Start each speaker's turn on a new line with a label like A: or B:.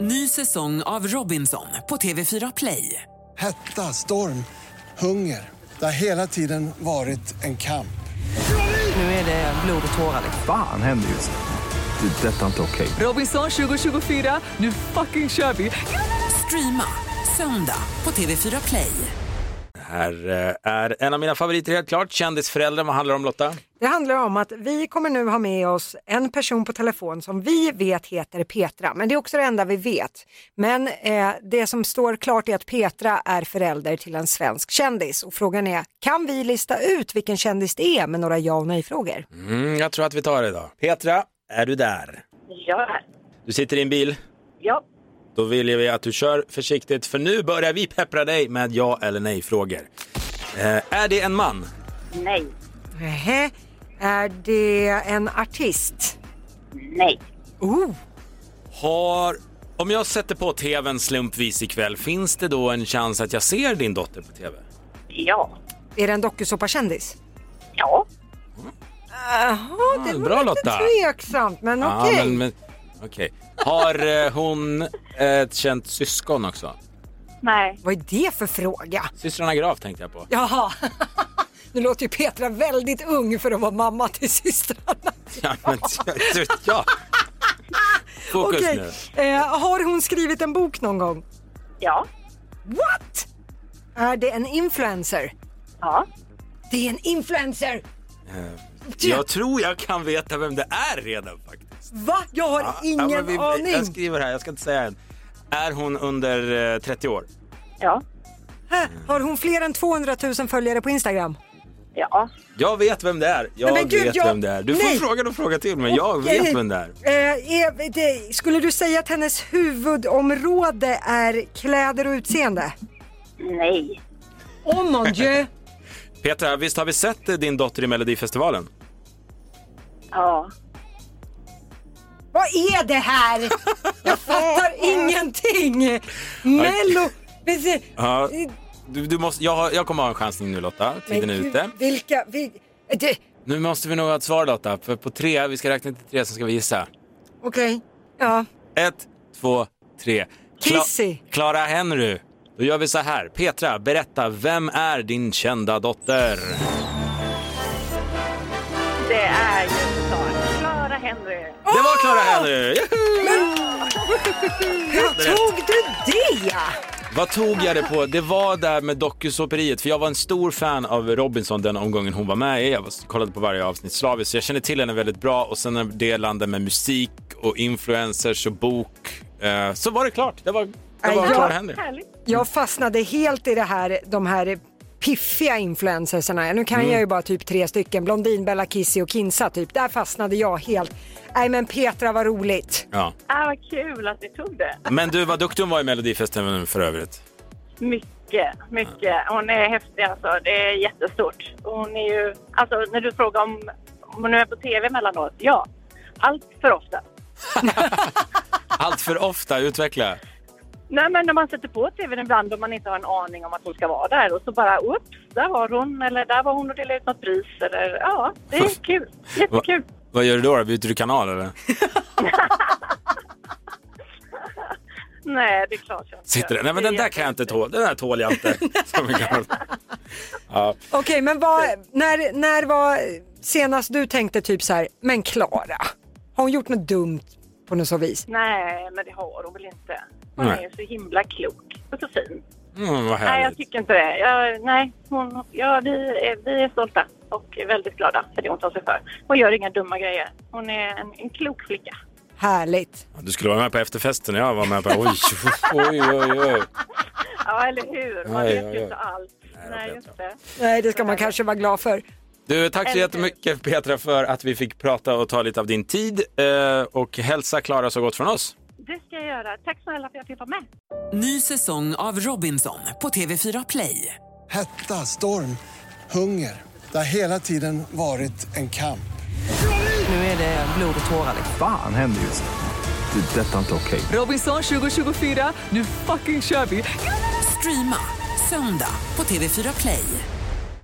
A: Ny säsong av Robinson på TV4 Play.
B: Hetta, storm, hunger. Det har hela tiden varit en kamp.
A: Nu är det blod och tårar. liksom.
C: Fan händer just nu. Det. är Detta är inte okej.
A: Robinson 2024, nu fucking kör vi! Streama söndag på TV4 Play.
D: här eh, är en av mina favoriter helt klart. Kändisföräldrar, vad handlar det om Lotta?
E: Det handlar om att vi kommer nu ha med oss en person på telefon som vi vet heter Petra, men det är också det enda vi vet. Men eh, det som står klart är att Petra är förälder till en svensk kändis och frågan är, kan vi lista ut vilken kändis det är med några ja och nej-frågor?
D: Mm, jag tror att vi tar det idag. Petra, är du där?
F: Ja,
D: Du sitter i en bil.
F: ja,
D: Då vill vi att du kör försiktigt för nu börjar vi peppra dig med ja eller nej-frågor. Eh, är det en man?
F: nej,
E: Nähä, är det en artist?
F: nej,
E: Oh,
D: Har... Om jag sätter på tvn slumpvis ikväll, finns det då en chans att jag ser din dotter på tv?
F: ja,
E: är det en dokusåpakändis?
F: ja,
E: Jaha, det
D: Ah,
E: var
D: bra,
E: lite
D: Lotta.
E: tveksamt, men
D: Ja,
E: okej.
D: men, men, okej. Har eh, hon ett känt syskon också?
F: nej,
E: Vad är det för fråga?
D: Systrarna Graf tänkte jag på.
E: Jaha. Nu låter ju Petra väldigt ung för att vara mamma till systrarna.
D: Ja, men, ja. Fokus
E: Okej.
D: nu.
E: Eh, har hon skrivit en bok någon gång?
F: ja,
E: What? Är det en influencer?
F: ja,
E: Det är en influencer!
D: Jag tror jag kan veta vem det är redan faktiskt.
E: Va? Jag har ingen
D: men vi-
E: aning.
D: Jag skriver här, jag ska inte säga än. Är hon under eh, 30 år?
F: ja,
E: Hä? Har hon fler än 200 000 följare på Instagram?
F: ja,
D: Jag vet vem det är. Jag
E: men gud,
D: vet
E: jag-
D: vem det är. Du får
E: Nej.
D: fråga och fråga till men jag
E: Okej.
D: vet vem det är.
E: Eh, är det, skulle du säga att hennes huvudområde är kläder och utseende?
F: nej,
E: Oh mon dieu!
D: Petra, visst har vi sett eh, din dotter i Melodifestivalen?
F: ja,
E: Vad är det här? Jag fattar ingenting. Mello... Men se-
D: Ja. Du, du måste, jag, har- jag kommer ha en chansning nu Lotta, tiden är
E: Mm. Men
D: ute.
E: gud, Vilka... Vi, det,
D: Nu måste vi nog ha ett svar Lotta, för på tre, vi ska räkna till tre så ska vi gissa.
E: Okej. Ja.
D: Ett, två, tre. Kla-
E: Kissy.
D: Clara Henry. Då gör vi så här. Petra, berätta, vem är din kända dotter?
F: det är ju såklart Clara Henry.
D: Det var Clara Henry! Juhu!
E: Hur tog du det?
D: Vad tog jag det på? Det var där med dokusåperiet, för jag var en stor fan av Robinson den omgången hon var med i. Jag var- kollade på varje avsnitt slaviskt, så jag kände till henne väldigt bra. Och sen när det landade med musik och influencers och bok, eh, så var det klart. Det var, det var
E: Ja.
D: Clara Henry.
F: Härligt.
E: Jag fastnade helt i det här, de här piffiga influencersarna. Nu kan
D: Mm.
E: jag ju bara typ tre stycken. Blondin, Bella Kissi och Kinsa typ. Där fastnade jag helt. Nej men Petra var roligt.
D: Ja.
F: Ah, vad kul att ni tog det.
D: Men du, vad duktig hon var i Melodifestivalen för övrigt.
F: Mycket, mycket. Hon är häftig alltså. Det är jättestort. Hon är ju, alltså när du frågar om, om hon är på tv emellanåt, ja. Allt för ofta.
D: Allt för ofta, utveckla.
F: Nej, men när man sätter på tvn ibland och man inte har en aning om att hon ska vara där och så bara upp, där var hon eller där var hon och delade ut något pris eller ja, det är kul. Jättekul.
D: Vad gör du då? Byter du kanal eller?
F: Nej, det är klart jag inte
D: Sitter
F: gör.
D: där? Nej men
F: Det är
D: den där kan jag inte
F: jättekul.
D: tåla. Den där tål jag inte. Som en gammal- ja.
E: Okej men vad, när, när var senast du tänkte typ så här, men Klara, har hon gjort något dumt på något så vis?
F: Nej, men det har hon väl inte. Hon
D: Nej.
F: är ju så himla klok och så fin.
D: mm, vad
F: Nej, jag
D: härligt.
F: tycker inte det. Jag, nej, hon, ja, vi, är, vi är stolta och är väldigt glada för det hon tar sig för. Hon gör inga dumma grejer. Hon är en, en klok flicka.
E: Härligt.
D: Du skulle vara med på efterfesten jag var med på. Oj, oj, oj. oj.
F: Ja, eller hur? Man
D: Aj,
F: vet
D: aj,
F: ju
D: aj.
F: inte allt.
D: då
F: Nej,
D: vet
F: just det.
E: Nej det ska man kanske vara glad för.
D: Du, tack så
F: Eller hur?
D: jättemycket Petra för att vi fick prata och ta lite av din tid. Eh, Och hälsa Klara så gott från oss.
F: Det ska jag göra. Tack snälla för att jag fick vara med.
A: Ny säsong av Robinson på TV4 Play.
B: Hetta, storm, hunger. Det har hela tiden varit en kamp.
G: Nu är det blod och tårar.
C: Fan händer just nu. Det. är Detta är inte okej.
G: Robinson 2024, nu fucking kör vi!
A: Streama söndag på TV4 Play.